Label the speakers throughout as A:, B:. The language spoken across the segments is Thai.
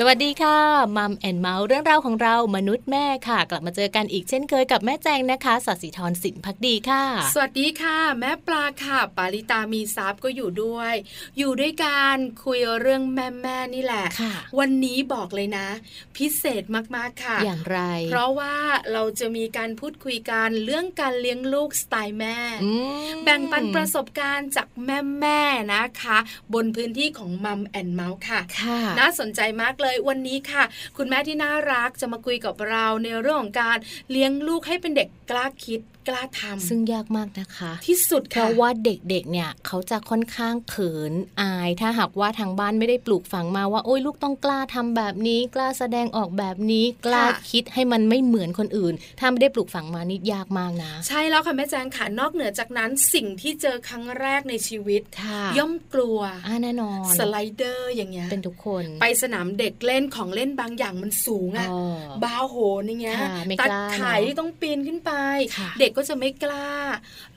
A: สวัสดีค่ะมัมแอนเมาส์เรื่องราวของเรามนุษย์แม่ค่ะ กลับมาเจอกันอีกเช่นเคยกับแม่แจงนะคะสัสิธรสินพักดีค่ะ
B: สวัสดีค่ะ แม่ปลาค่ะ ปาริตามีซับก็อยู่ด้วย อยู่ด้วยกันคุยเรื่องแม่แม่ๆนี่แหละ
A: ค่ะ
B: วันนี้บอกเลยนะ พิเศษมากๆค่ะ
A: อย่างไร
B: เพราะว่าเราจะมีการพูดคุยกันเรื่องการเลี้ยงลูกสไตล์แม่
A: อืม
B: แบ่งปันประสบการณ์จากแม่แม่ๆนะคะ บนพื้นที่ของมัมแอนเมาส์ค่ะ
A: ค่ะ
B: น่าสนใจมากเลยวันนี้ค่ะ คุณแม่ที่น่ารักจะมาคุยกับเราในเรื่องของการเลี้ยงลูกให้เป็นเด็กกล้าคิดกล้าทำ
A: ซึ่งยากมากนะคะ
B: ที่สุด
A: เพ
B: ค่ะ
A: ราะว่าเด็กๆ เนี่ยเขาจะค่อนข้างเขินอาย ถ้าหากว่าทางบ้านไม่ได้ปลูกฝังมาว่า โอ้ยลูกต้องกล้าทำแบบนี้ กล้าแสดงออกแบบนี้ กล้า
B: ค่ะ
A: คิดให้มันไม่เหมือนคนอื่น ถ้าไม่ได้ปลูกฝังมานี่ยากมากนะ
B: ใช่แล้วค่ะแม่แจงค่ะนอกเหนือจากนั้นสิ่งที่เจอครั้งแรกในชีวิต
A: ค่ะ
B: ย่อมกลัว
A: อ่าแน่นอน
B: สไลเดอร์อย่างเงี้ย
A: เป็นทุกคน
B: ไปสนามเด็กเล่นของเล่นบางอย่างมันสูงอะ
A: อ๋อ
B: บาโหนอย่างเงี้ย
A: ค่ะไม่
B: ตัด
A: กล้าเนอะ
B: ไข่ที่ต้องปีนขึ้นไป
A: ค่ะ
B: เด็กก็จะไม่กล้า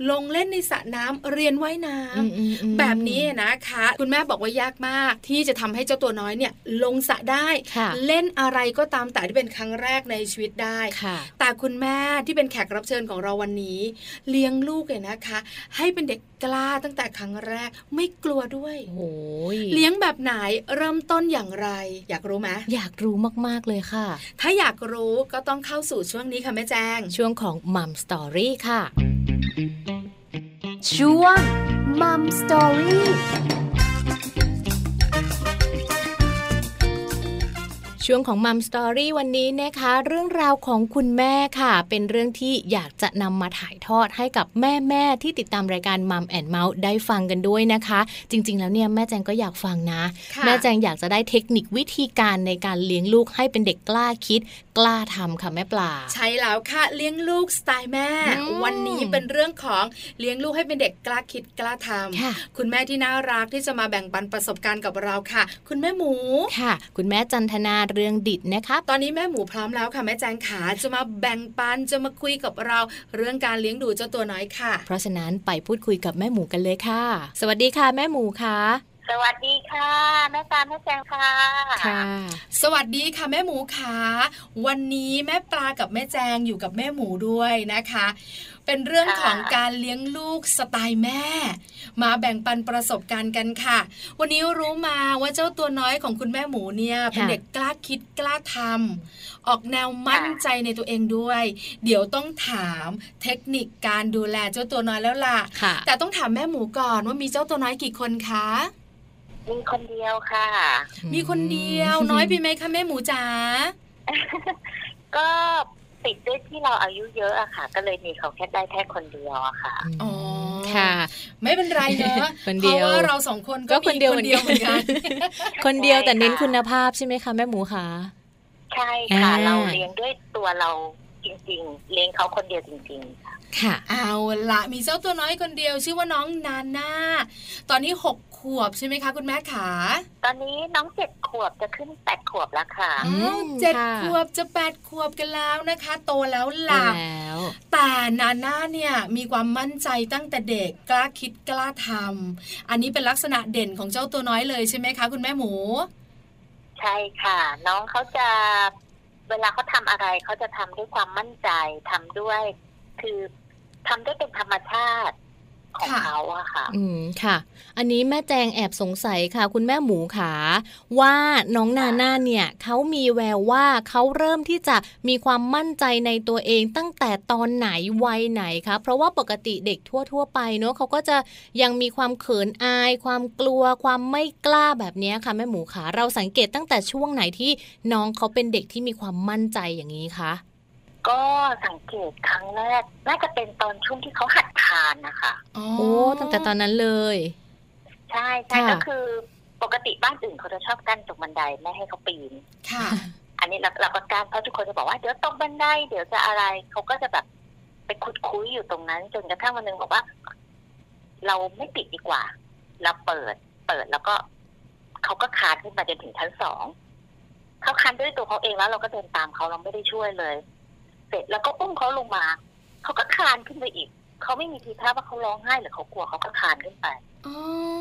B: ลงเล่นในสระน้ำเรียนว่ายน้ำ
A: อืมอืมอืม
B: แบบนี้นะคะ คุณแม่บอกว่ายากมากที่จะทำให้เจ้าตัวน้อยเนี่ย ลงสระได้
A: ค่ะ
B: เล่นอะไรก็ตามแต่ที่เป็นครั้งแรกในชีวิตได้
A: ค่ะ
B: แต่คุณแม่ที่เป็นแขกรับเชิญของเราวันนี้ เลี้ยงลูกเนี่ยนะคะ ให้เป็นเด็กกล้าตั้งแต่ครั้งแรกไม่กลัวด้วย
A: โอ้ย
B: เลี้ยงแบบไหนเริ่มต้นอย่างไร อยากรู้ไหม
A: อยากรู้มากๆเลยค่ะ
B: ถ้าอยากรู้ก็ต้องเข้าสู่ช่วงนี้ค่ะแม่แจง
A: ช่วงของมัมสตอรี่ค่ะ
C: ช่วงมัมสตอรี่
A: ช่วงของมัมสตอรี่วันนี้นะคะ เรื่องราวของคุณแม่ค่ะ เป็นเรื่องที่อยากจะนำมาถ่ายทอดให้กับแม่แม่ๆที่ติดตามรายการมัมแอนเมาส์ได้ฟังกันด้วยนะคะ จริง ๆ แล้วเนี่ยแม่แจงก็อยากฟังนะ
B: ค่ะ
A: แม่แจงอยากจะได้เทคนิควิธีการในการเลี้ยงลูกให้เป็นเด็กกล้าคิด กล้าทำค่ะแม่ปลา
B: ใช่แล้วค่ะเลี้ยงลูกสไตล์แม่
A: อืม
B: วันนี้เป็นเรื่องของเลี้ยงลูกให้เป็นเด็กกล้าคิดกล้าทำ
A: ค่ะ
B: คุณแม่ที่น่ารักที่จะมาแบ่งปันประสบการณ์กับเราค่ะ คุณแม่หมู
A: ค่ะ คุณแม่จันทนาเรืองดิตนะคะ
B: ตอนนี้แม่หมูพร้อมแล้วค่ะแม่แจงขาจะมาแบ่งปันจะมาคุยกับเรา เรื่องการเลี้ยงดูเจ้าตัวน้อยค่ะ
A: เพราะฉะนั้นไปพูดคุยกับแม่หมูกันเลยค่ะ สวัสดีค่ะ แม่หมูค่ะ
D: สวัสดีค่ะ แม่ตาลแม่แจงค่ะ
B: สวัสดีค่ะแม่หมูขาวันนี้แม่ปลากับแม่แจงอยู่กับแม่หมูด้วยนะคะ เป็นเรื่อง
D: ค่ะ
B: ของการเลี้ยงลูกสไตล์แม่ มาแบ่งปันประสบการณ์กันค่ะ วันนี้รู้มาว่าเจ้าตัวน้อยของคุณแม่หมูเนี่ยเป็นเด็กกล้าคิดกล้าทำออกแนวมั่นใจในตัวเองด้วย เดี๋ยวต้องถามเทคนิคการดูแลเจ้าตัวน้อยแล้วล่ะ
A: ค่ะ
B: แต่ต้องถามแม่หมูก่อนว่ามีเจ้าตัวน้อยกี่คนคะ
D: มีคนเดียวค่ะ
B: มีคนเดียวน้อยไปไหมคะแม่หมูจ๋า
D: ก็ติดด้วยที่เราอายุเยอะอะค่ะ ก็เลยมีเขาแค่ได้แค่คนเดียวอะค่ะ
B: อ๋อ
A: ค่ะ
B: ไม่เป็นไรเนอะ
A: คน
B: เพ
A: เดี
B: ราะ
A: ยว
B: ว่าเราสองคน
A: ก็
B: ก็
A: คนเดียว
B: มีคนเดียว
A: เห
B: เห
A: มื
B: มื
A: อ
B: อน น
A: กั
B: กัน น
A: คนเดียวแต่
D: ใช่ค่ะ
A: เน้นคุณภาพใช่ไหมคะแม่หมูคะ
D: ใช่ค่ะ
A: อ่า
D: เราเลี้ยงด้วยตัวเราจริง ๆ เลี้ยงเขาคนเดียวจริง ๆ ค่ะ
A: ค่ะ
B: เอาละมีเจ้าตัวน้อยคนเดียว ชื่อว่าน้องนาน่าตอนนี้หกขวบใช่ไหมคะ คุณแม่ขา
D: ตอนนี้น้องเจ็ดขวบจะขึ้นแปดขวบแล้วค่ะ
A: อืม
B: อ้าวเจ็ด
A: ค่ะ
B: ขวบจะแปดขวบกันแล้วนะคะ โตแล้วล่ะ
A: แล้ว
B: แต่นาน่าเนี่ยมีความมั่นใจตั้งแต่เด็กกล้าคิดกล้าทำอันนี้เป็นลักษณะเด่นของเจ้าตัวน้อยเลยใช่ไหมคะ คุณแม่หมู
D: ใช่ค่ะ น้องเขาจะเวลาเขาทำอะไรเขาจะทำด้วยความมั่นใจทำด้วย คือทำด้วยเป็นธรรมชาติของ
B: ค่ะ
D: เขาอะค่ะ
A: อืมค่ะ อันนี้แม่แจงแอบสงสัยค่ะ คุณแม่หมูขาว่าน้องนาน่าเนี่ยเขามีแววว่าเขาเริ่มที่จะมีความมั่นใจในตัวเองตั้งแต่ตอนไหนวัยไหนคะเพราะว่าปกติเด็กทั่ว ๆ ไปเนอะเขาก็จะยังมีความเขินอาย ความกลัว ความไม่กล้าแบบเนี้ยค่ะแม่หมูขาเราสังเกตตั้งแต่ช่วงไหนที่น้องเขาเป็นเด็กที่มีความมั่นใจอย่างนี้คะ
D: ก็สังเกตครั้งแรกน่าจะเป็นตอนช่วงที่เขาหัดทานนะคะ
B: โอ้
A: โอ้ตั้งแต่ตอนนั้นเลย
D: ใช่ใช่
A: ค่ะ
D: ก็คือปกติบ้านอื่นเขาจะชอบกั้นตรงบันไดไม่ให้เขาปีน
B: ค่ะ
D: อันนี้เราเราก็กั้นเพราะทุกคนจะบอกว่าเดี๋ยวตกบันไดเดี๋ยวจะอะไรเขาก็จะแบบไปขุดคุ้ยอยู่ตรงนั้น จนกระทั่งวันหนึงบอกว่า เราไม่ปิดดีกว่า เราเปิด เปิดแล้วก็เขาก็คานขึ้นมาจนถึงชั้นสองเขาคานด้วยตัวเขาเองแล้ว เราก็เดินตามเขาเราไม่ได้ช่วยเลย เสร็จแล้วก็อุ้มเขาลงมาเขาก็คานขึ้นไปอีก เขาไม่มีทีท่าว่าเขาร้องไห้หรือเขากลัวเขาก็คลานขึ้นไป
B: อ๋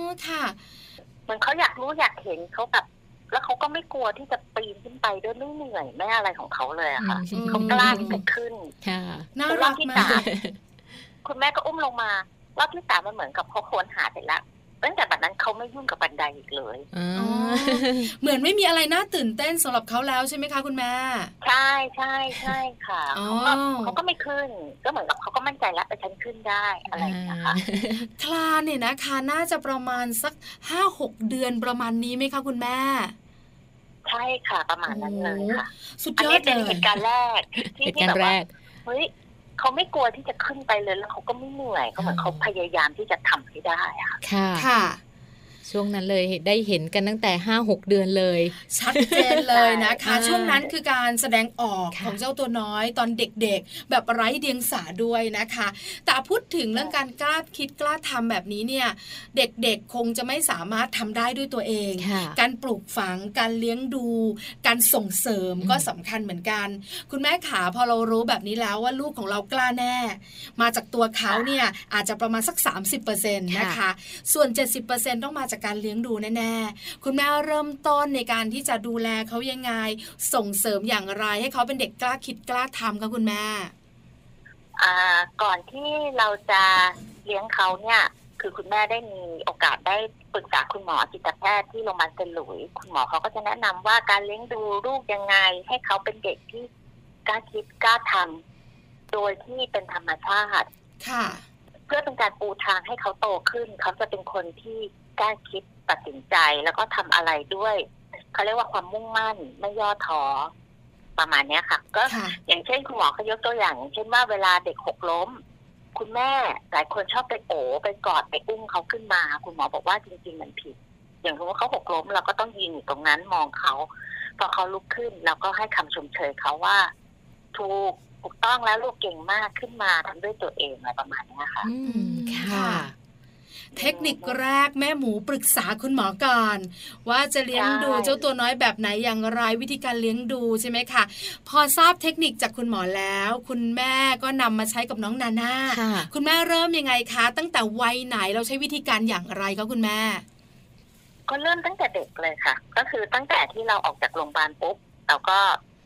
B: อค่ะ
D: เหมือนเขาอยากรู้อยากเห็นเขาแบบแล้วเขาก็ไม่กลัวที่จะปีนขึ้นไปด้วยไม่เหนื่อยไม่อะไรของเขาเลยอะค่ะ
A: อืม
B: เขา
D: กล้าที่จะขึ้น
A: ค่ะ
B: น่ารักมาก
D: คุณแม่ก็อุ้มลงมารอบที่สามมันเหมือนกับเขาควรหาไปละตั้งแต่บัดนั้นเขาไม่ยุ่งกับบันไดอีกเลย
A: อ๋อ
B: เหมือนไม่มีอะไรน่าตื่นเต้นสำหรับเขาแล้วใช่ไหมคะคุณแม่
D: ใช่ใช่ใช่ค่ะ
B: อ๋อ
D: เขาก็เขาก็ไม่ขึ้น ก็เหมือนกับเขาก็มั่นใจแล้วแต่ฉันขึ้นได้อะไรอย่างเงี้ยค่ะ
B: คลานเนี่ยนะคะน่าจะประมาณสักห้าหกเดือนประมาณนี้ไหมคะคุณแม่
D: ใช่ค่ะ ประมาณนั้นเลยค่ะ
B: สุด
D: อัน
B: ยอ
D: นี้
B: ด
D: เป็น
B: เล
D: เห
B: ย
D: ตุการณ์แรก ที่
A: เหตุ
D: ที่
A: การ
D: แบ
A: ณ์
D: บ
A: แร
D: ว่าก เฮ้ยเขาไม่กลัวที่จะขึ้นไปเลยแล้วเขาก็ไม่เหนื่อยเขาเหมือน
A: อ๋อ
D: เขาพยายามที่จะทำให้ได้อะค่ะ
A: ค่ะ
B: ค่ะ
A: ช่วงนั้นเลยได้เห็นกันตั้งแต่ห้าหกเดือนเลย
B: ชัดเจนเลยนะคะ
A: อ่า
B: ช่วงนั้นคือการแสดงออก
A: ค่ะ
B: ของเจ้าตัวน้อยตอนเด็กๆ แบบไร้เดียงสาด้วยนะคะ แต่พูดถึงเรื่องการกล้าคิดกล้าทำแบบนี้เนี่ย เด็กๆคงจะไม่สามารถทำได้ด้วยตัวเอง
A: ค่ะ
B: การปลูกฝังการเลี้ยงดู การส่งเสริมก็สำคัญเหมือนกัน คุณแม่ขาพอเรารู้แบบนี้แล้วว่าลูกของเรากล้าแน่ มาจากตัวเขาเนี่ยอาจจะประมาณสัก 30%นะคะ ส่วน 70%ต้องมาจากการเลี้ยงดูแน่ๆ คุณแม่เริ่มต้นในการที่จะดูแลเขายังไง ส่งเสริมอย่างไร ให้เขาเป็นเด็กกล้าคิดกล้าทำค่ะคุณแม่
D: อ่าก่อนที่เราจะเลี้ยงเขาเนี่ย คือคุณแม่ได้มีโอกาสได้ปรึกษาคุณหมอจิตแพทย์ที่โรงพยาบาลเซนต์หลุยส์คุณหมอเขาก็จะแนะนำว่าการเลี้ยงดูลูกยังไง ให้เขาเป็นเด็กที่กล้าคิดกล้าทำโดยที่เป็นธรรมชาติ
B: ค่ะ
D: เพื่อเป็นการปูทางให้เขาโตขึ้น เขาจะเป็นคนที่กล้าคิดตัดสินใจแล้วก็ทำอะไรด้วยเขาเรียกว่าความมุ่งมั่นไม่ย่อท้อประมาณเนี้ยค่ะ ก็
B: ค่ะ
D: อย่างเช่นคุณหมอเขายกตัวอย่างอย่างเช่นว่าเวลาเด็กหกล้ม คุณแม่หลายคนชอบไปโอบไปกอดไปอุ้มเขาขึ้นมา คุณหมอบอกว่าจริง ๆ มันผิด อย่างรู้ว่าเขาหกล้มเราก็ต้องยืนอยู่ตรงนั้นมองเขา พอเขาลุกขึ้นเราก็ให้คำชมเชยเขาว่า ถูกถูกต้องแล้วลูกเก่งมากขึ้นมาทำด้วยตัวเองอะไรประมาณเนี้ยค่ะ
A: อืมค่ะ
B: เทคนิคแรกแม่หมูปรึกษาคุณหมอก่อน ว่าจะเลี้ยงดู
D: ใช่
B: เจ้าตัวน้อยแบบไหนอย่างไรวิธีการเลี้ยงดูใช่ไหมคะพอทราบเทคนิคจากคุณหมอแล้ว คุณแม่ก็นำมาใช้กับน้องนาน่า
A: ค่ะ
B: คุณแม่เริ่มยังไงคะ ตั้งแต่วัยไหนเราใช้วิธีการอย่างไรคะคุณแม่
D: ก็เริ่มตั้งแต่เด็กเลยค่ะ ก็คือตั้งแต่ที่เราออกจากโรงพยาบาลปุ๊บเราก็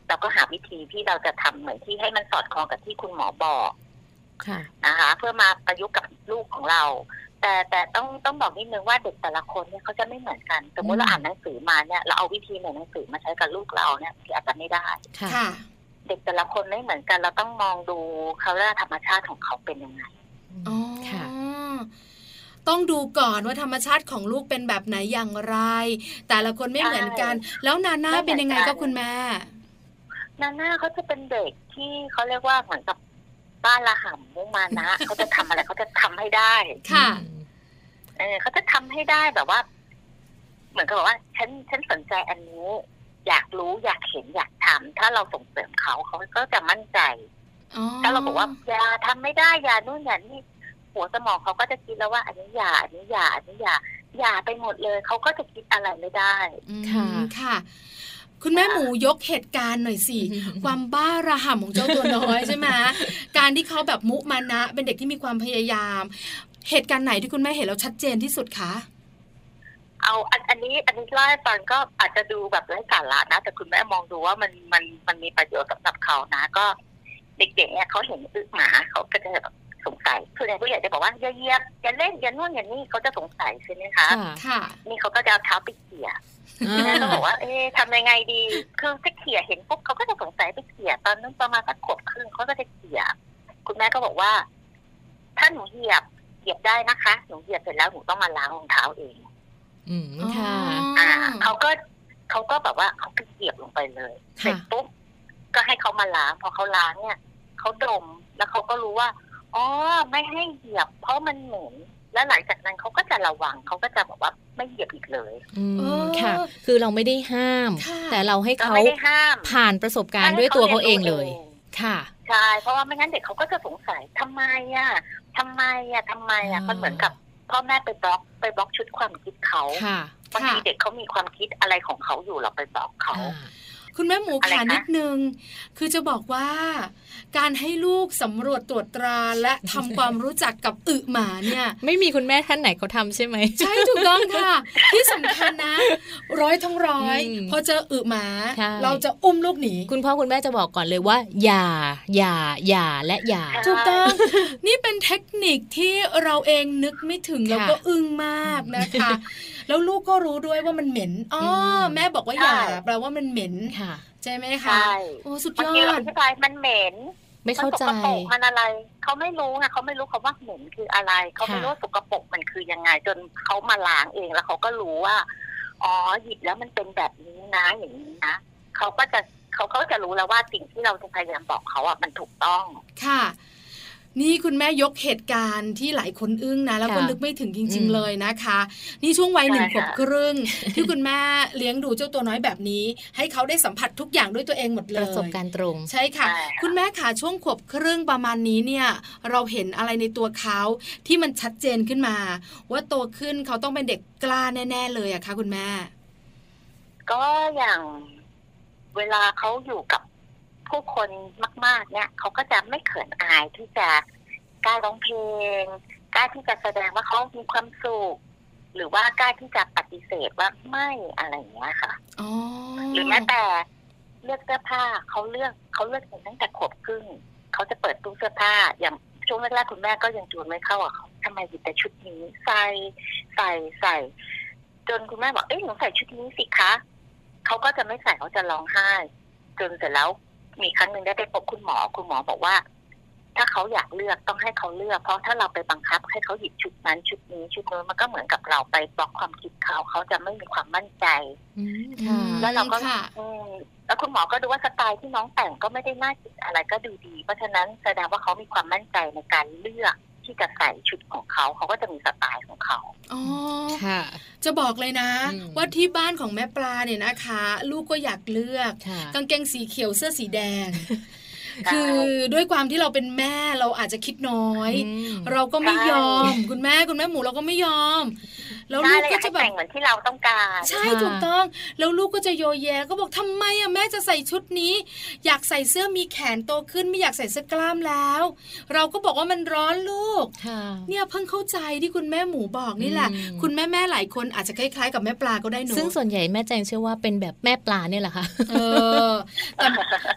D: เราก็หาวิธีที่เราจะทำเหมือนที่ให้มันสอดคล้องกับที่คุณหมอบอก
A: ค่ะ
D: นะคะ เพื่อมาประยุกต์กับลูกของเรา แต่แต่ต้องต้องบอกนิดนึงว่าเด็กแต่ละคนเนี่ยเขาจะไม่เหมือนกัน สมมติเราอ่านหนังสือมาเนี่ยเราเอาวิธีในหนังสือมาใช้กับลูกเราเนี่ยที่อาจจะไม่ได้
A: ค่ะ
B: ค่ะ
D: เด็กแต่ละคนไม่เหมือนกัน เราต้องมองดูเขาและธรรมชาติของเขาเป็นยังไง
B: อ๋อ
A: ค่ะ
B: ต้องดูก่อนว่าธรรมชาติของลูกเป็นแบบไหนอย่างไร แต่ละคนไม่เหมือนกัน แล้วนาน่า
D: ไม่เหมือนกัน
B: เป็นยังไงคะคุณแม่
D: นาน่าเขาจะเป็นเด็กที่เขาเรียกว่าเหมือนกับบ้านละห่ำมุมานะ เขาจะทำอะไรเขาจะทำให้ได้
B: ค่ะ
D: เออเขาจะทำให้ได้แบบว่า เหมือนกับว่า ฉันฉันสนใจอันนี้อยากรู้อยากเห็นอยากทำถ้าเราส่งเสริมเขาเขาก็จะมั่นใจ
B: อ๋อ
D: ถ้าเราบอกว่าอย่าทำไม่ได้อย่านู่นอย่านี่หัวสมองเขาก็จะคิดแล้วว่า อันนี้อย่าอันนี้อย่าอันนี้อย่าอย่าไปหมดเลยเขาก็จะคิดอะไรไม่ได้
B: อืม
A: ค่ะ
B: ค่ะ คุณแม่หมูยกเหตุการณ์หน่อยสิ ความบ้าระห่ำของเจ้าตัวน้อยใช่ไหมการที่เขาแบบมุมานะ เป็นเด็กที่มีความพยายาม เหตุการณ์ไหนที่คุณแม่เห็นแล้วชัดเจนที่สุดคะ
D: เอาอันอันนี้อันนี้เล่าให้ฟังก็อาจจะดูแบบไร้สาระนะแต่คุณแม่มองดูว่ามันมันมันมีประโยชน์สำหรับเขานะ ก็เด็กๆเนี่ยเขาเห็นอึหมาเขาก็จะแบบสงสัยคือในผู้ใหญ่จะบอกว่าอย่าเหยียบอย่าเล่นอย่านู่นอย่านี่เขาจะสงสัยใช่ไหมคะ
A: ค่ะ
B: ค่ะ
D: นี่เขาก็จะเอาเท้าไปเขี่ย
A: อ่า
D: แม่ก็บอกว่า เอ๊ะทำยังไงดีคือจะเขี่ยเห็นปุ๊บเขาก็จะสงสัยไปเขี่ยตอนนั้นประมาณสักขวบครึ่งเขาก็จะเขี่ยคุณแม่ก็บอกว่า ถ้าหนูเหยียบเหยียบได้นะคะหนูเหยียบเสร็จแล้วหนูต้องมาล้างรองเท้าเอง
A: อืมค่ะ
D: อ่าเขาก็เขาก็แบบว่าเขาก็เหยียบลงไปเลย
A: ค่ะ
D: เสร็จปุ๊บก็ให้เขามาล้างพอเขาล้างเนี่ยเขาดมแล้วเขาก็รู้ว่าอ๋อไม่ให้เหยียบ เพราะมันเหม็นแล้วหลังจากนั้นเขาก็จะระวังเขาก็จะแบบว่าไม่เหยียบอีกเลย
A: อืม
B: เออ
A: ค่ะ คือเราไม่ได้ห้าม
B: ค่ะ
A: แต่เราให้
D: ก็
A: เขา
D: ไม่ได้ห้าม
A: ผ่านประสบการณ์ด้วยตัวเขาเองเลย
D: ให้ขารีนรู้
A: ค่ะ
D: ใช่เพราะว่าไม่งั้นเด็กเขาก็จะสงสัยทำไมอ่ะทำไมอ่ะทำไมอ่ะ
A: อ่ามั
D: มันเหมือนกับพ่อแม่ไปบล็อกไปบล็อกชุดความคิดเขา
A: ค่ะ
D: บางทีเด็กเขามีความคิดอะไรของเขาอยู่เราไปบล็อกเขา
A: อ่า
B: คุณแม่หมู
D: อะไร
B: ขา
D: คะ
B: นิดนึง คือจะบอกว่า การให้ลูกสำรวจตรวจตราและทำความรู้จักกับอึหมาเนี่ย
A: ไม่มีคุณแม่ท่านไหนเขาทำใช่ไหม
B: ใช่ถูกต้องค่ะ ที่สำคัญนะ ร้อยทั้งร้อย
A: อืม
B: พอเจออึหมา
A: ใช่
B: เราจะอุ้มลูกหนี
A: คุณพ่อคุณแม่จะบอกก่อนเลยว่า อย่า อย่า อย่าและอย่า
B: ถูกต้อง นี่เป็นเทคนิคที่เราเองนึกไม่ถึง
A: ค่ะ
B: แล้วก็อึ้งมากนะคะ แล้วลูกก็รู้ด้วยว่ามันเหม็นอ๋ออ
A: ม
B: แม่บอกว่าอย่า
D: ใช่
B: แปลว่ามันเหม็น
A: ค่ะ
B: ใช่ไหมคะ
D: ใช่
B: โอ้สุด
D: บาง
B: ย
D: ที
B: อ
D: เรา
B: ด
D: อธิบายมันเหม็น
A: ไม่เข้าใจ
D: นสกปรกมันอะไร เขาไม่รู้ไงเขาไม่รู้คำว่าเหม็นคืออะไร เขาไม่รู้ว่าสกปรกมันคือยังไง จนเขามาล้างเองแล้วเขาก็รู้ว่า อ๋อหยิบแล้วมันเป็นแบบนี้นะอย่างนี้นะเขาก็จะเขาเขาจะรู้แล้วว่าสิ่งที่เราจะพยายามบอกเขาอ่ะมันถูกต้อง
B: ค่ะ นี่คุณแม่ยกเหตุการณ์ที่หลายคนอึ้งนะ แล้วก็
A: ค่ะ
B: นึกไม่ถึงจริง
A: อืม
B: ๆเลยนะคะ นี่ช่วงวัย
D: ใช่
B: หนึ่งขวบ
D: ค่ะ
B: ครึ่ง ที่คุณแม่เลี้ยงดูเจ้าตัวน้อยแบบนี้ ให้เขาได้สัมผัสทุกอย่างด้วยตัวเองหมดเล
A: ป
B: ย
A: ระสบการณ์ตรง
B: ใช่ค่ะ
D: ใช่
B: คุณแม่ขาช่วงขวบครึ่งประมาณนี้เนี่ย เราเห็นอะไรในตัวเขาที่มันชัดเจนขึ้นมา ว่าโตขึ้นเขาต้องเป็นเด็กกล้าแน่ ๆ เลยอะค่ะ คุณแม่
D: ก็อย่างเวลาเขาอยู่กับผู้คนมาก ๆ เนี่ยเขาก็จะไม่เขินอายที่จะกล้าร้องเพลงกล้าที่จะแสดงว่าเขามีความสุขหรือว่ากล้าที่จะปฏิเสธว่าไม่อะไรอย่างเงี้ยค่ะ
B: อ๋อ
D: หรือแม้แต่เลือกเสื้อผ้าเขาเลือกเขาเลือกเองตั้งแต่ขวบครึ่งเขาจะเปิดตู้เสื้อผ้า อย่างช่วงแรกๆคุณแม่ก็ยังจูนไม่เข้าอ่ะเขาทำไมหยิบแต่ชุดนี้ใส่ใส่ใส่ จนคุณแม่บอกเอ้ยหนูใส่ชุดนี้สิคะเขาก็จะไม่ใส่เขาจะร้องไห้ จนเสร็จแล้วมีครั้งหนึ่งได้ไปพบคุณหมอคุณหมอบอกว่า ถ้าเขาอยากเลือกต้องให้เขาเลือก เพราะถ้าเราไปบังคับให้เขาหยิบชุดนั้นชุดนี้ชุดนู้นมันก็เหมือนกับเราไปบล็อกความคิดเขาเขาจะไม่มีความมั่นใจ
A: อืมค่ะ
D: แล้วเราก็
B: ค่ะ
D: อืมแล้วคุณหมอก็ดูว่าสไตล์ที่น้องแต่งก็ไม่ได้น่าเกลียดอะไรก็ดูดี เพราะฉะนั้นแสดงว่าเขามีความมั่นใจในการเลือกที่จะใส่ชุดของเขาเขาก็จะมีสไตล์ของเขา
B: อ๋อ
A: ค่ะ
B: จะบอกเลยนะ
A: อืม
B: ว่าที่บ้านของแม่ปลาเนี่ยนะคะ ลูกก็อยากเลือก
A: ค่ะ
B: กางเกงสีเขียวเสื้อสีแดง
D: ใช่
B: คือด้วยความที่เราเป็นแม่เราอาจจะคิดน้อย เราก็ไม่ยอม คุณแม่คุณแม่หมูเราก็ไม่ยอม แล้ว
D: ได้
B: ลูก
D: เลยอ
B: ก็
D: ยาก
B: จะ
D: ให้
B: แบ
D: แต่
B: บ
D: งเหมือนที่เราต้องการ
B: ใช่
A: ค่ะ
B: ถูกต้อง แล้วลูกก็จะโยแยก็บอกทำไมอ่ะแม่จะใส่ชุดนี้ อยากใส่เสื้อมีแขนโตขึ้นไม่อยากใส่เสื้อกล้ามแล้ว เราก็บอกว่ามันร้อนลูก
A: ค่ะ
B: เนี่ยเพิ่งเข้าใจที่คุณแม่หมูบอกนี่แหละ
A: อืม
B: คุณแม่แม่ๆหลายคนอาจจะคล้ายๆ กับแม่ปลาก็ได้หนู
A: ซึ่งส่วนใหญ่แม่แจงเชื่อว่าเป็นแบบแม่ปลาเนี่ยแหละค่ะ
B: เออแต่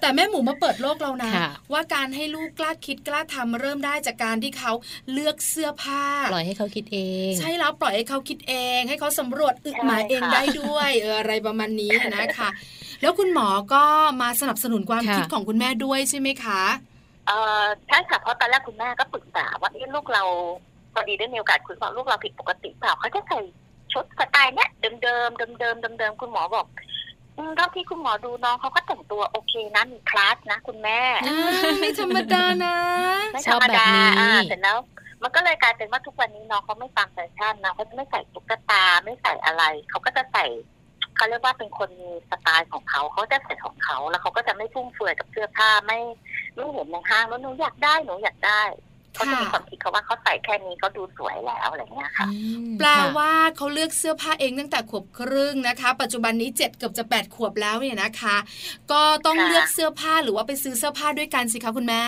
B: แต่แม่หมูมาเปิดโลกเรานะ
A: ค่ะ
B: ว่าการให้ลูกกล้าคิดกล้าทำเริ่มได้จากการที่เขาเลือกเสื้อผ้า
A: ปล่อยให้เขาคิดเอง
B: ใช่แล้วปล่อยให้เขาคิดเอง ให้เขาสำรวจอึกหมายเองได้ด้วยเอออะไรประมาณนี้นะคะ แล้วคุณหมอก็มาสนับสนุนความ
A: ค่ะ
B: คิดของคุณแม่ด้วยใช่ไหมคะ
D: เออใช่ค่ะเพราะตอนแรกคุณแม่ก็ปรึกษาว่าเอ๊ะลูกเราพอดีได้มีโอกาสคุยกับลูกเราผิดปกติเปล่าเขาจะใส่ชุดสไตล์เนี้ยเดิมๆเดิมๆเดิมๆคุณหมอบอกอืมเท่าที่คุณหมอดูน้องเขาก็แต่งตัวโอเคนะมีคลาสนะ คุณแม่
B: อ่าไม่ธรรมดานะ
D: ไม่
A: ช
D: ธร
A: อบ
D: รม
A: แบบ
D: ดา
A: นี้
D: อ่าเสร็จแล้ว มันก็เลยกลายเป็นว่าทุกวันนี้น้องเขาไม่ตามแฟชั่นนะเขาจะไม่ใส่ตุ๊กตาไม่ใส่อะไร เขาก็จะใส่เขาเรียกว่าเป็นคนมีสไตล์ของเขาเขาจะใส่ของเขา แล้วเขาก็จะไม่ฟุ่มเฟือยกับเสื้อผ้าไม่ไม่เห็นในห้างแล้วหนูอยากได้หนูอยากได้เขาจะมีความคิดเขาว่าเขาใส่แค่นี้เขาดูสวยแล้วอะไรเงี้ยค่ะ
A: อืม
B: แปล
A: ค่ะ
B: ว่าเขาเลือกเสื้อผ้าเองตั้งแต่ขวบครึ่งนะคะ ปัจจุบันนี้7เจ็ดเกือบจะ8ปดขวบแล้วเนี่ยนะคะ ก็ต้อง
D: ค่ะ
B: เลือกเสื้อผ้าหรือว่าไปซื้อเสื้อผ้าด้วยกันสิคะคุณแม่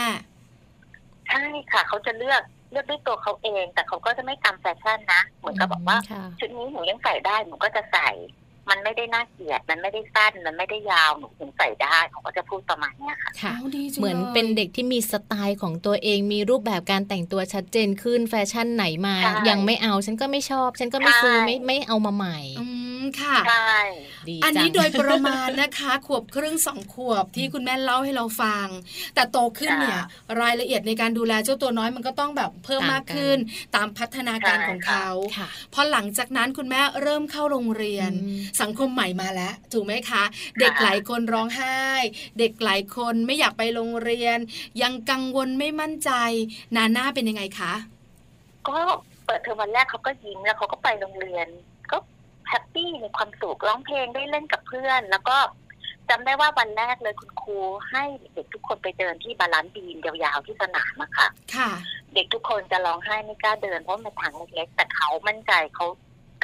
D: ใช่ค่ะเขาจะเลือกเลือกด้วยตัวเขาเอง แต่เขาก็จะไม่ตามแฟชั่นนะเหมือนกับบอกว่า
A: ค่ะ
D: ชุดนี้หนูยังใส่ได้หนูก็จะใส่ มันไม่ได้น่าเกลียด มันไม่ได้สั้น มันไม่ได้ยาว หนูยังใส่ได้เขาก็จะพูดประมาณเนี้ยค่ะ
A: ค่ะ
B: อ้าวดีจัง
A: เหมือนเป็น
B: ลย
A: เด็กที่มีสไตล์ของตัวเอง มีรูปแบบการแต่งตัวชัดเจนขึ้น แฟชั่นไหนมา
D: ใช่
A: ยังไม่เอา ฉันก็ไม่ชอบ ฉันก็ไม่ซื้อ
D: ใช่
A: ไม่ไม่เอามาใหม่
B: อืมค่ะ
D: ใช่
A: ดี
B: อัน
A: จั
B: นี้
A: ง
B: โดยประมาณนะคะ ขวบครึ่งสองขวบที่คุณแม่เล่าให้เราฟัง แต่โตขึ้นเนี่ย
D: ค่ะ
B: รายละเอียดในการดูแลเจ้าตัวน้อยมันก็ต้องแบบเพิ่ม
A: ต่าง
B: มาก
A: กัน
B: ขึ้น ตามพัฒนาการ
D: ใช่
B: ของเขา
A: ค่ะ
B: พอหลังจากนั้นคุณแม่เริ่มเข้าโรงเรียน
A: อืม
B: สังคมใหม่มาแล้ว ถูกไหมคะ เด็กหลายคนร้องไห้ เด็กหลายคนไม่อยากไปโรงเรียน ยังกังวลไม่มั่นใจ นาน่าเป็นยังไงคะ
D: ก็เปิดเทอมวันแรกเขาก็ยิ้มแล้วเขาก็ไปโรงเรียน ก็แฮปปี้มีความสุขร้องเพลงได้เล่นกับเพื่อน แล้วก็จำได้ว่าวันแรกเลยคุณครูให้เด็กทุกคนไปเดินที่บาลานซ์บีนยาวๆที่สนามอะค่ะ
B: ค่ะ
D: เด็กทุกคนจะร้องไห้ไม่กล้าเดินเพราะมันเป็นทางเล็กๆแต่เขามั่นใจเขา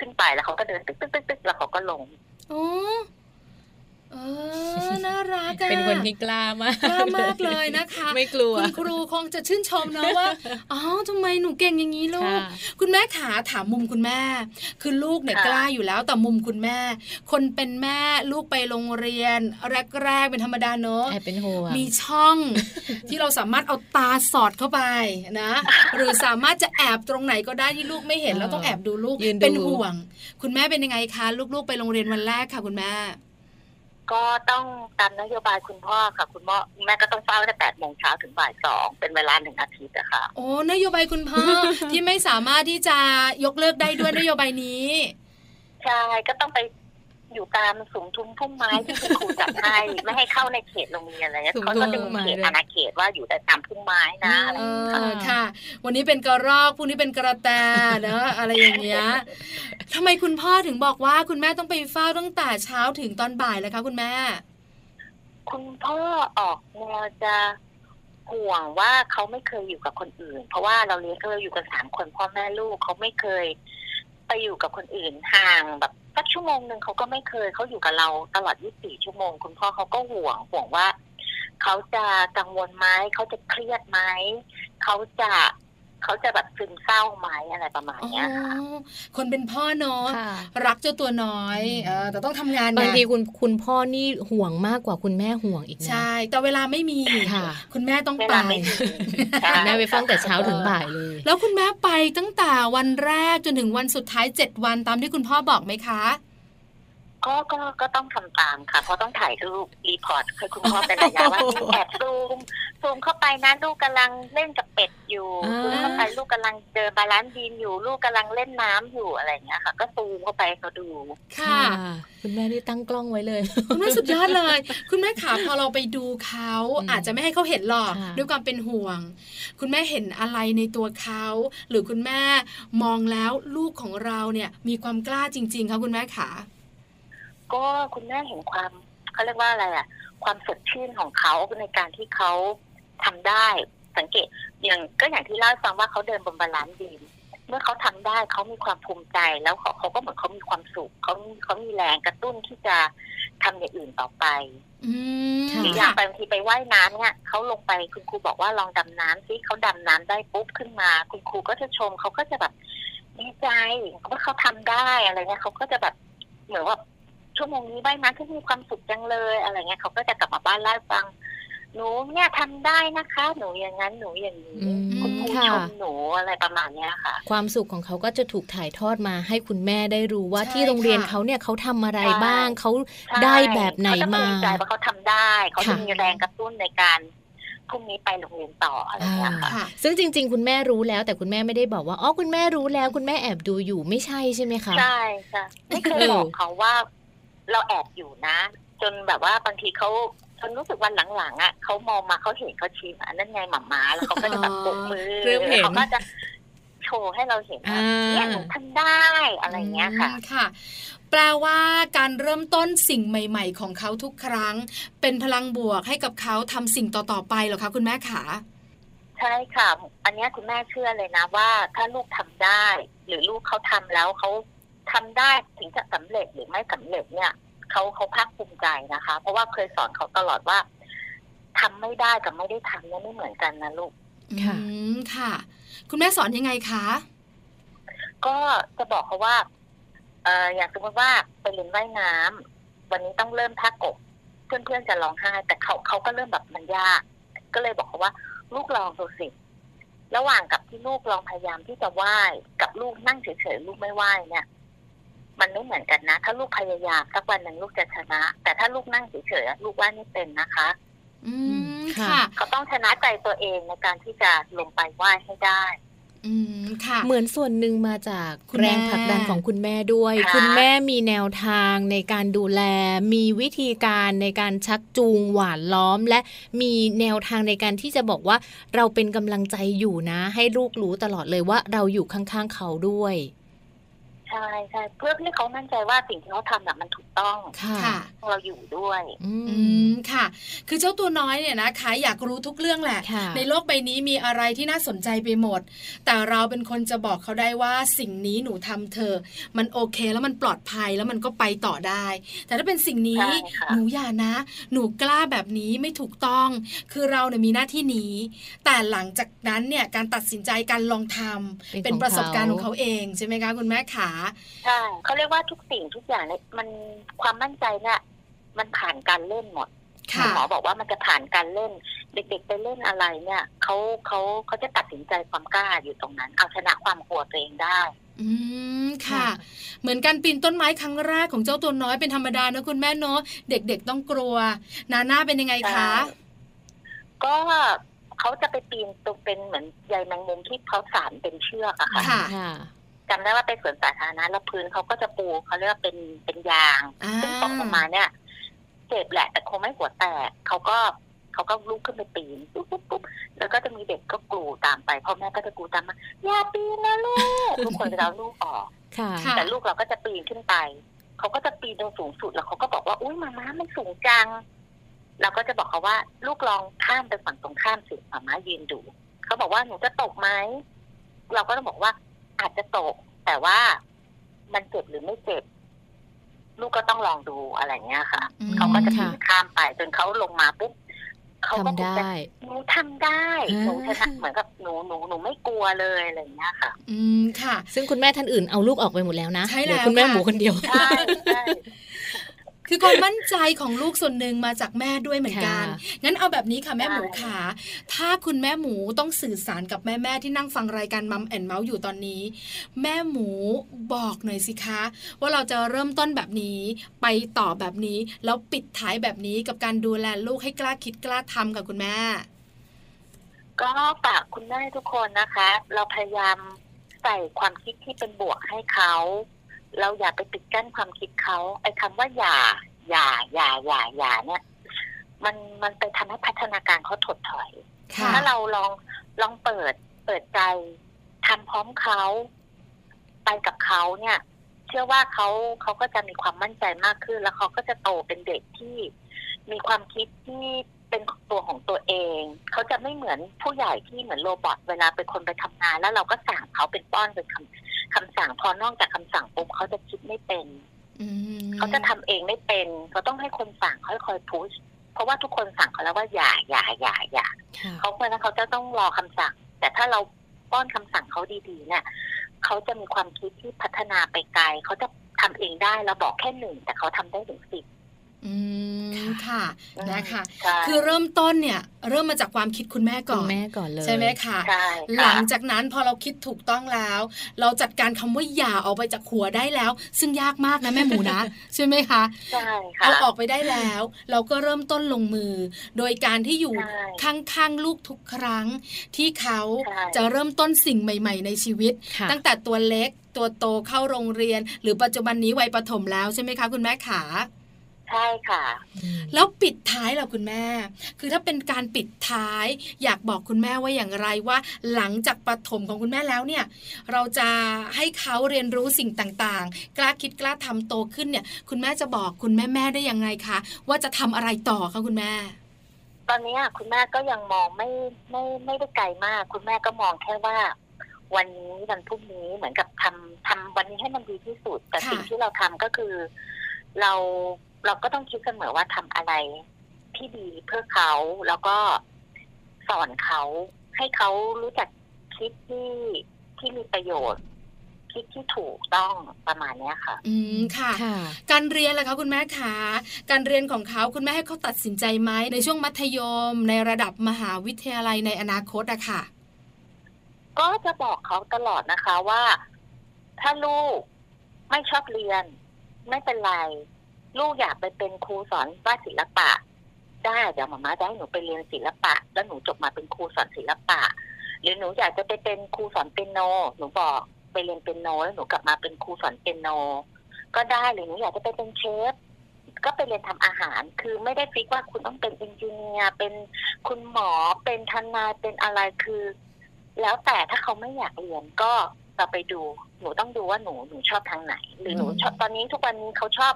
D: ขึ้นไปแล้วเขาก็เดินตึ๊กๆๆๆแล้วเขาก็ลง
B: โอ้ เออน่ารักอะ
E: เป็นคนที่กล้ามาก
B: กล้ามากเลยนะคะ
E: ไม่กลัว
B: คุณครูคงจะชื่นชมเนาะ ว่า อ๋อทำไมหนูเก่งอย่างนี้ลูก
E: ค่ะ
B: คุณแม่ขาถามมุมคุณแม่ คือลูกเนี่ย
D: ค่ะ
B: กล้าอยู่แล้วแต่มุมคุณแม่ คนเป็นแม่ลูกไปโรงเรียน แรกๆเป็นธรรมดาเนอะ
E: แอบเป็นห่วง
B: มีช่อง ที่เราสามารถเอาตาสอดเข้าไปนะ หรือสามารถจะแอบตรงไหนก็ได้ที่ลูกไม่เห็น
E: เออ
B: แล้วต้องแอบดูลูก
E: ยืนดู
B: เป็นห่วง คุณแม่เป็นยังไงคะ ลูกๆไปโรงเรียนวันแรกค่ะ คุณแม่
D: ก็ต้องตามนโยบายคุณพ่อค่ะคุณพ่อคุณแม่ก็ต้องเฝ้าตั้งแต่แปดโมงเช้าถึงบ่ายสองเป็นเวลาหนึ่งอาทิตย์อะค่ะ
B: โอ้นโยบายคุณ พ่อ ที่ไม่สามารถที่จะยกเลิกได้ด้วยนโยบายนี้
D: ใช่ก็ต้องไปอยู่ตามสุมทุมพุ่มไม้ที่คุณครูจัดให้ ไม่ให้เข้าในเขตโรงเรียนอะไรเงี้ย
E: สุม
D: เขา
E: ทุม
D: ก็จะมีเขต
E: ไม้ด้วย
D: อาณาเขตว่าอยู่แต่ตามพุ่มไม้นะอะไร
B: เอ
D: อย่างเงี้ย
B: อค่ะ วันนี้เป็นกระรอกพรุ่งนี้เป็นกระแตเนอะอะไรอย่างเงี้ยทำไมคุณพ่อถึงบอกว่าคุณแม่ต้องไปเฝ้าตั้งแต่เช้าถึงตอนบ่ายเลยคะคุณแม่
D: คุณพ่อออกแนวจะห่วงว่าเขาไม่เคยอยู่กับคนอื่น เพราะว่าเราเลี้ยงเขาอยู่กันสามคนพ่อแม่ลูกเขาไม่เคย ไปอยู่กับคนอื่นห่างแบบสักชั่วโมงหนึ่งเขาก็ไม่เคยเขาอยู่กับเราตลอด 24 ชั่วโมง คุณพ่อเขาก็ห่วงห่วงว่าเขาจะกังวลไหมเขาจะเครียดไหมเขาจะเขาจะแบบซึมเศร้าไหมอะไรประมาณ
B: อ๋อ
D: เนี้ยค่ะ
B: คนเป็นพ่อเนอะ
E: ค่ะ
B: รักเจ้าตัวน้อยเออแต่ต้องทำงานไ
A: บางทีคุณคุณพ่อนี่ห่วงมากกว่าคุณแม่ห่วงอีกนะ
B: ใช่ แต่เวลาไม่มี
A: ค่ะ
B: คุณแม่ต้อง
D: เว
B: ไป
D: ลาไม่มี ใช่
A: แม่ไปฟังแต่เช้าถึงบ่ายเลย
B: แล้วคุณแม่ไปตั้งแต่วันแรกจนถึงวันสุดท้าย 7 วันตามที่คุณพ่อบอกไหมคะ
D: ก็ก็ก็ต้องทำตามค่ะ เพราะต้องถ่ายรูปรีพอร์ตให้คุณพ่อเป็นระยะ ว่าแอบซูมซูมเข้าไปนะลูกกำลังเล่นกับเป็ดอยู่
E: อ่า
D: ซูมเข้าไปลูกกำลังเจอบาลานซ์บีมอยู่ ลูกกำลังเล่นน้ำอยู่อะไรอย่างเงี้ยค่ะ ก็ซูมเข้าไปให้เขาดู
B: ค่ะ
A: คุณแม่นี่ตั้งกล้องไว้เลย
B: คุณแม่สุดยอดเลย คุณแม่ขาพอเราไปดูเขา
E: อืม
B: อาจจะไม่ให้เขาเห็นหรอก
A: ค่ะ
B: ด้วยความเป็นห่วง คุณแม่เห็นอะไรในตัวเขาหรือคุณแม่มองแล้วลูกของเราเนี่ยมีความกล้าจริง ๆคะคุณแม่ขา
D: ก็คุณแม่เห็นความเขาเรียกว่าอะไรอ่ะ ความสดชื่นของเขาในการที่เขาทำได้สังเกตอย่างก็อย่างที่เล่าให้ฟังว่าเขาเดินบนบาลานซ์บีมเมื่อเขาทำได้เขามีความภูมิใจแล้วเขาเขาก็เหมือนเขามีความสุขเขามีเขามีแรงกระตุ้นที่จะทำอย่างอื่นต่อไป
B: อืม
A: ค่ะ
D: หรืออย่างไปบางทีไปว่ายน้ำเนี่ยเขาลงไปคุณครูบอกว่าลองดำน้ำซิเขาดำน้ำได้ปุ๊บขึ้นมา คุณครูก็จะชมเขาก็จะแบบดีใจว่าเขาทำได้อะไรเงี้ยเขาก็จะแบบเหมือนว่า ชั่วโมงนี้ว่ายน้ำที่มีความสุขจังเลยอะไรเงี้ยเขาก็จะกลับมาบ้านเล่าให้ฟัง หนูเนี่ยทำได้นะคะ หนูอย่างนั้นหนูอย่างนี้
A: อืม
D: คุณครู
A: ค่ะ
D: ชมหนูอะไรประมาณเนี้ยค่ะ
A: ความสุขของเขาก็จะถูกถ่ายทอดมาให้คุณแม่ได้รู้ว่า
B: ใช่
A: ที่โรงเรียน
B: ค่ะ
A: เขาเนี่ยเขาทำอะไร
D: ใช่
A: บ้างเขา
D: ใช่
A: ได้แบบไหน
D: เขจะภูใจ
A: มา
D: ว่าเขาทำได้เขาจะ
A: ค่ะ
D: มีแรงกระตุ้นในการพรุ่งนี้ไปโรงเรียนต่ออะไรเงี้ยค่ะ
B: ค่ะ
A: ซึ่งจริง ๆ คุณแม่รู้แล้ว แต่คุณแม่ไม่ได้บอกว่าอ๋อคุณแม่รู้แล้ว คุณแม่แอบดูอยู่ไม่ใช่ใช่ไหมคะ
D: ใช่ค่ะไม่เคย
A: เออ
D: บอกเขาว่าเราแอบอยู่นะ จนแบบว่าบางทีเขาจนรู้สึกวันหลังๆอ่ะเขามองมาเขาเห็นเขาชี้มาอันนั่นไงหม่าม้าแล้วเขาก็จะแบบ
B: อ๋อ
D: ปกมือ
E: เริ่มเห็น
D: เขาก็จะโชว์ให้เราเห็นว่า
E: อ่า
D: เนี่ยหนูทำได้อะไรเงี้ยค่ะ
B: อืมค่ะ แปลว่าการเริ่มต้นสิ่งใหม่ ๆ ของเขาทุกครั้ง เป็นพลังบวกให้กับเขาทำสิ่งต่อๆไปเหรอคะคุณแม่ขา
D: ใช่ค่ะ อันเนี้ยคุณแม่เชื่อเลยนะว่า ถ้าลูกทำได้ หรือลูกเขาทำแล้วเขาทำได้ถึงจะสำเร็จหรือไม่สำเร็จเนี่ยเขาเขาภาคภูมิใจนะคะ เพราะว่าเคยสอนเขาตลอดว่าทำไม่ได้กับไม่ได้ทำเนี่ยไม่เหมือนกันนะลูก
E: ค่ะ
B: อืมค่ะ คุณแม่สอนยังไงคะ
D: ก็จะบอกเขาว่า เอออย่างสมมติว่าไปเรียนว่ายน้ำวันนี้ต้องเริ่มท่ากบ เพื่อนๆจะร้องไห้ แต่เขาเขาก็เริ่มแบบมันยาก ก็เลยบอกเขาว่า ลูกลองดูสิ ระหว่างกับที่ลูกลองพยายามที่จะว่ายกับลูกนั่งเฉยๆลูกไม่ว่ายเนี่ย มันไม่เหมือนกันนะ ถ้าลูกพยายามสักวันหนึ่งลูกจะชนะ แต่ถ้าลูกนั่งเฉยๆอะลูกว่ายไม่เป็นนะคะ
B: อืม
A: ค่ะ
B: ค่ะ
D: เขาต้องชนะใจตัวเองในการที่จะลงไปว่ายให้ได้
B: อืมค่ะ
A: เหมือนส่วนหนึ่งมาจาก
B: คุณ
A: แร
B: แม่
A: งผลักดันของคุณแม่ด้วย
D: ค่ะ
A: คุณแม่มีแนวทางในการดูแล มีวิธีการในการชักจูงหวานล้อม และมีแนวทางในการที่จะบอกว่า เราเป็นกำลังใจอยู่นะ ให้ลูกรู้ตลอดเลยว่าเราอยู่ข้างๆเขาด้วย
D: ใช่ใช่เพื่อให้เขามั่นใจว่าสิ่งที่เขาทำน่ะมันถูกต้อง
A: ค่ะ
B: ค่ะ
D: เราอยู่ด้วย
A: อื
B: อื
A: ม
B: มค่ะ คือเจ้าตัวน้อยเนี่ยนะคะอยากรู้ทุกเรื่องแหละ
A: ค่ะ
B: ในโลกใบนี้มีอะไรที่น่าสนใจไปหมด แต่เราเป็นคนจะบอกเขาได้ว่าสิ่งนี้หนูทำเธอะมันโอเคแล้วมันปลอดภัยแล้วมันก็ไปต่อได้ แต่ถ้าเป็นสิ่งนี้
D: ใช่ค่ะ
B: หนูอย่านะ หนูกล้าแบบนี้ไม่ถูกต้อง คือเราเนี่ยมีหน้าที่นี้ แต่หลังจากนั้นเนี่ยการตัดสินใจการลองทำ
A: เป็น
B: เป็
A: ขอ
B: น
A: ง
B: ประสบการณ์
A: เขา
B: ของเขาเองใช่ไหมคะคุณแม่ขา
D: ใช่เขาเรียกว่าทุกสิ่งทุกอย่างเนี่ยมันความมั่นใจเนี่ยมันผ่านการเล่นหมด
B: ค่ะ
D: หมอบอกว่ามันจะผ่านการเล่น เด็กๆไปเล่นอะไรเนี่ยเขาเขาเขาจะตัดสินใจความกล้าอยู่ตรงนั้น เอาชนะความกลัวตัวเองได้
B: อืมค่ะ เหมือนการปีนต้นไม้ครั้งแรกของเจ้าตัวน้อยเป็นธรรมดานะคุณแม่เนาะเด็กๆต้องกลัว นาน่าเป็นยังไงคะ
D: ก็เขาจะไปปีนตรงเป็นเหมือนใยแมงมุมที่เขาสานเป็นเชือกอะค่ะ
B: ค่ะ
A: ค่ะ
D: จำได้ว่าไปสวนสาธารณะแล้วพื้นเขาก็จะปูเขาเรียกว่าเป็นเป็นยาง
B: อ่า
D: ซึ่งตกลงมาเนี่ยเจ็บแหละ แต่คงไม่หัวแตกเขาก็เขาก็ลุกขึ้นไปปีนปุ๊บปุ๊บปุ๊บแล้วก็จะมีเด็กก็กลูตามไปพ่อแม่ก็จะกลูตามมาอย่าปีนนะลูกทุกคนจะเอาลูกออก
A: ค่ะ
B: ค่ะ
D: แต่ลูกเราก็จะปีนขึ้นไป เขาก็จะปีนตรงสูงสุดแล้วเขาก็บอกว่า อุ้ยมาม้ามันสูงจัง เราก็จะบอกเขาว่า ลูกลองข้ามไปฝั่งตรงข้ามสิมาม้ายืนดู เขาบอกว่าหนูจะตกไหม เราก็ต้องบอกว่า อาจจะตก แต่ว่ามันเจ็บหรือไม่เจ็บ ลูกก็ต้องลองดูอะไรเงี้ยค่ะ
B: อืม
D: เขาก็จะปี
A: ค่ะ
D: นข้ามไปจนเขาลงมาปุ๊บเขาก็
A: ทำ
D: คง
A: ได้
D: จะหนูทำได้
A: อ่า
D: หนูชนะเหมือนกับหนูหนูหนูไม่กลัวเลยอะไรเงี้ยค่ะ
B: อืมค่ะ
A: ซึ่งคุณแม่ท่านอื่นเอาลูกออกไปหมดแล้วนะ
B: ใช่
A: เหลือ
B: แล้ว
A: คุณแม่
B: ค่ะ
A: หมูคนเดียว
D: ใช่ใช่
B: คือความมั่นใจของลูกส่วนหนึ่งมาจากแม่ด้วยเหมือนกัน
A: ค่
B: งั้นเอาแบบนี้ค่ะแม่
D: ใช่
B: หมูขาถ้าคุณแม่หมูต้องสื่อสารกับแม่แม่ๆที่นั่งฟังรายการมัมแอนเมาส์อยู่ตอนนี้ แม่หมูบอกหน่อยสิคะ ว่าเราจะเริ่มต้นแบบนี้ไปต่อแบบนี้ แล้วปิดท้ายแบบนี้กับการดูแลลูกให้กล้าคิดกล้าทำกับคุณแม่
D: ก็ฝากคุณแม่ทุกคนนะคะ เราพยายามใส่ความคิดที่เป็นบวกให้เขา เราอย่าไปปิดกั้นความคิดเขาไอ้คำว่าอย่า อย่า อย่า อย่า อย่าเนี่ย มันมันไปทำให้พัฒนาการเขาถดถอย
B: ค่ะ
D: ถ้าเราลองลองเปิดเปิดใจทำพร้อมเขาไปกับเขาเนี่ย เชื่อว่าเขาเขาก็จะมีความมั่นใจมากขึ้น แล้วเขาก็จะโตเป็นเด็กที่ มีความคิดที่เป็นตัวของตัวเอง เขาจะไม่เหมือนผู้ใหญ่ที่เหมือนโรบอทเวลาเป็นคนไปทำงาน แล้วเราก็สั่งเขาเป็นป้อนเป็นคำคำสั่งพอนอกจากคำสั่งปุ๊บเขาจะคิดไม่เป็น
B: อืม
D: เขาจะทำเองไม่เป็นเขาต้องให้คนสั่งค่อยๆพุชเพราะว่าทุกคนสั่งเขาแล้วว่าอย่าอย่าอย่าอย่า
A: ค่ะ
D: เขาเพราะฉะนั้นเขาจะต้องรอคำสั่ง แต่ถ้าเราป้อนคำสั่งเขาดีๆเนี่ยเขาจะมีความคิดที่พัฒนาไปไกล เขาจะทำเองได้เราบอกแค่หนึ่งแต่เขาทำได้ถึงสิบ
B: อืมค่ะ
D: ค่ะ
B: นะคะ
D: ใช่
B: คือเริ่มต้นเนี่ย เริ่มมาจากความคิดคุณแม่ก่
A: คุ
B: อ
A: ณ
B: น
A: แม่ก่อนเลย
B: ใช่ไหมคะ
D: ใช่
B: หลั
D: ค่ะ
B: งจากนั้นพอเราคิดถูกต้องแล้ว เราจัดการคำว่าอย่าออกไปจากหัวได้แล้ว ซึ่งยากมากนะแม่หมูนะ ใช่ไหมคะ
D: ใช่ค่ะ
B: เอาออกไปได้แล้ว เราก็เริ่มต้นลงมือ โดยการที่อยู่
D: ใช่
B: ข้างๆลูกทุกครั้ง ที่เขา
D: ใช่
B: จะเริ่มต้นสิ่งใหม่ ๆ ในชีวิต
A: ค่ะ
B: ตั้งแต่ตัวเล็กตัวโตเข้าโรงเรียน หรือปัจจุบันนี้วัยประถมแล้วใช่ไหมคะคุณแม่ขา
D: ใช่ค่ะ
B: แล้วปิดท้ายล่ะคุณแม่ คือถ้าเป็นการปิดท้าย อยากบอกคุณแม่ว่าอย่างไรว่า หลังจากปฐมของคุณแม่แล้วเนี่ย เราจะให้เขาเรียนรู้สิ่งต่างๆ กล้าคิดกล้าทำโตขึ้นเนี่ย คุณแม่จะบอกคุณแม่แม่ๆได้ยังไงคะ ว่าจะทำอะไรต่อคะคุณแม่
D: ตอนนี้คุณแม่ก็ยังมองไม่ไม่ไม่ได้ไกลมาก คุณแม่ก็มองแค่ว่า วันนี้วันพรุ่งนี้เหมือนกับทำทำวันนี้ให้มันดีที่สุด แต่
B: ค่ะ
D: สิ่งที่เราทำก็คือ เราเราก็ต้องคิดเสมอว่าทำอะไรที่ดีเพื่อเขาแล้วก็สอนเขาให้เขารู้จักคิดที่ที่มีประโยชน์ คิดที่ถูกต้องประมาณเนี้ยค่ะ
B: อืมค่ะ
A: ค่ะ
B: การเรียนล่ะคะคุณแม่คะการเรียนของเขาคุณแม่ให้เขาตัดสินใจไหมในช่วงมัธยม ในระดับมหาวิทยาลัยในอนาคตอะค่ะ
D: ก็จะบอกเขาตลอดนะคะว่า ถ้าลูกไม่ชอบเรียน ไม่เป็นไร ลูกอยากไปเป็นครูสอนวาดศิลปะ ได้เดี๋ยวหมาม่าจะให้หนูไปเรียนศิลปะ แล้วหนูจบมาเป็นครูสอนศิลปะ หรือหนูอยากจะไปเป็นครูสอนเปียโน หนูบอกไปเรียนเปียโนแล้วหนูกลับมาเป็นครูสอนเปียโน ก็ได้หรือหนูอยากจะไปเป็นเชฟก็ไปเรียนทำอาหาร คือไม่ได้ฟิกว่าคุณต้องเป็นเอนจิเนียร์เป็นคุณหมอเป็นทนายเป็นอะไรคือ แล้วแต่ถ้าเขาไม่อยากเรียนก็ เราไปดูหนูต้องดูว่าหนูหนูชอบทางไหน หรือหนู
A: อืม
D: ชอบตอนนี้ทุกวันนี้เขาชอบ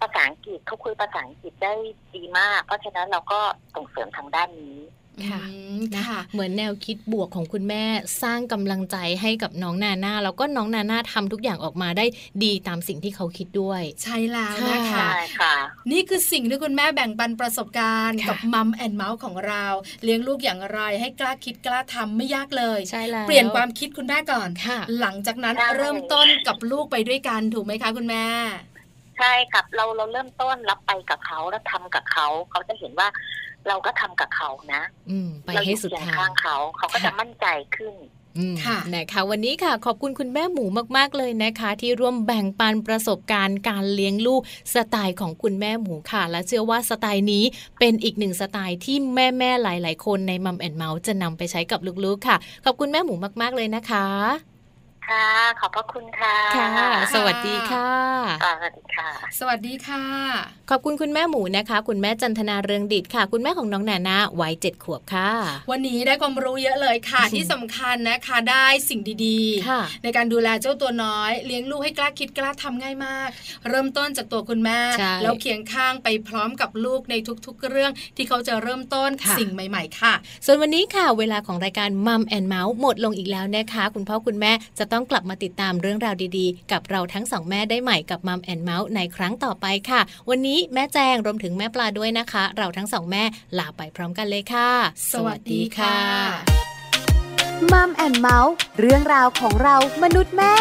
D: ภาษาอังกฤษเขาคุยภาษาอังกฤษได้ดีมาก เพราะฉะนั้นเราก็ส่งเสริมทางด้านนี้
A: ค่ะ
B: อืม
A: นะ
B: ค่ะ
A: เหมือนแนวคิดบวกของคุณแม่สร้างกำลังใจให้กับน้องนาน่าแล้วก็น้องนาน่าทำทุกอย่างออกมาได้ดีตามสิ่งที่เขาคิดด้วย
B: ใช่แล้วนะคะ
A: ค่ะ
D: ใช่ค่ะ
B: นี่คือสิ่งที่คุณแม่แบ่งปันประสบการณ์
A: ค่ะ
B: กับมัมแอนเมาส์ของเรา เลี้ยงลูกอย่างไรให้กล้าคิดกล้าทำไม่ยากเลย
A: ใช่แล้ว
B: เปลี่ยนความคิดคุณแม่ก่อน
A: ค่ะ
B: หลังจากนั้น
D: ใช่
B: เริ่มต้นกับลูกไปด้วยกันถูกไหมคะคุณแม่
D: ใช่ครับเราเราเริ่มต้นรับไปกับเขาแล้วทำกับเขาเขาจะเห็นว่าเราก็ทำกับเขานะ
A: อืมไป
D: เราอ
A: ให้
D: ยู่
A: สุด
D: เคียง
A: ทา
D: ข้าง งเขาเขาก็
A: ค่ะ
D: จะมั่นใจขึ้น
A: อืม
B: ค่ะ
A: นะคะวันนี้ค่ะ ขอบคุณคุณแม่หมูมากๆเลยนะคะ ที่ร่วมแบ่งปันประสบการณ์การเลี้ยงลูกสไตล์ของคุณแม่หมูค่ะ และเชื่อว่าสไตล์นี้เป็นอีกหนึ่งสไตล์ที่แม่ๆหลาย ๆ คนในมัมแอนเมาส์จะนำไปใช้กับลูกๆค่ะ ขอบคุณแม่หมูมากๆเลยนะคะ
D: ค่ะ ขอบพระคุณค่ะ
A: ค่ะ สวัสดีค่ะ
D: ค่ะสวัสดีค่ะ
B: สวัสดีค่ะ
A: ขอบคุณคุณแม่หมูนะคะ คุณแม่จันทนาเรืองดิตค่ะ คุณแม่ของน้องนานาวัยเจ็ดขวบค่ะ
B: วันนี้ได้ความรู้เยอะเลยค่ะ ที่สำคัญนะคะได้สิ่งดี
A: ค่ะ
B: ๆ ในการดูแลเจ้าตัวน้อย เลี้ยงลูกให้กล้าคิดกล้าทำง่ายมาก เริ่มต้นจากตัวคุณแม่
A: ใช่
B: แล้วเคียงข้างไปพร้อมกับลูกในทุกๆ เรื่องที่เขาจะเริ่มต้น
A: ค่ะ
B: สิ่งใหม่ ๆ ค่ะ
A: ส่วนวันนี้ค่ะ เวลาของรายการมัมแอนเมาส์หมดลงอีกแล้วนะคะ คุณพ่อคุณแม่จะต้องกลับมาติดตามเรื่องราวดีๆ กับเราทั้งสองแม่ได้ใหม่กับมัมแอนเมาส์ในครั้งต่อไปค่ะ วันนี้แม่แจงรวมถึงแม่ปลาด้วยนะคะ เราทั้งสองแม่ลาไปพร้อมกันเลยค่ะ
B: สวัสดีค่ะ
C: มัมแอนเมาส์เรื่องราวของเรามนุษย์แม่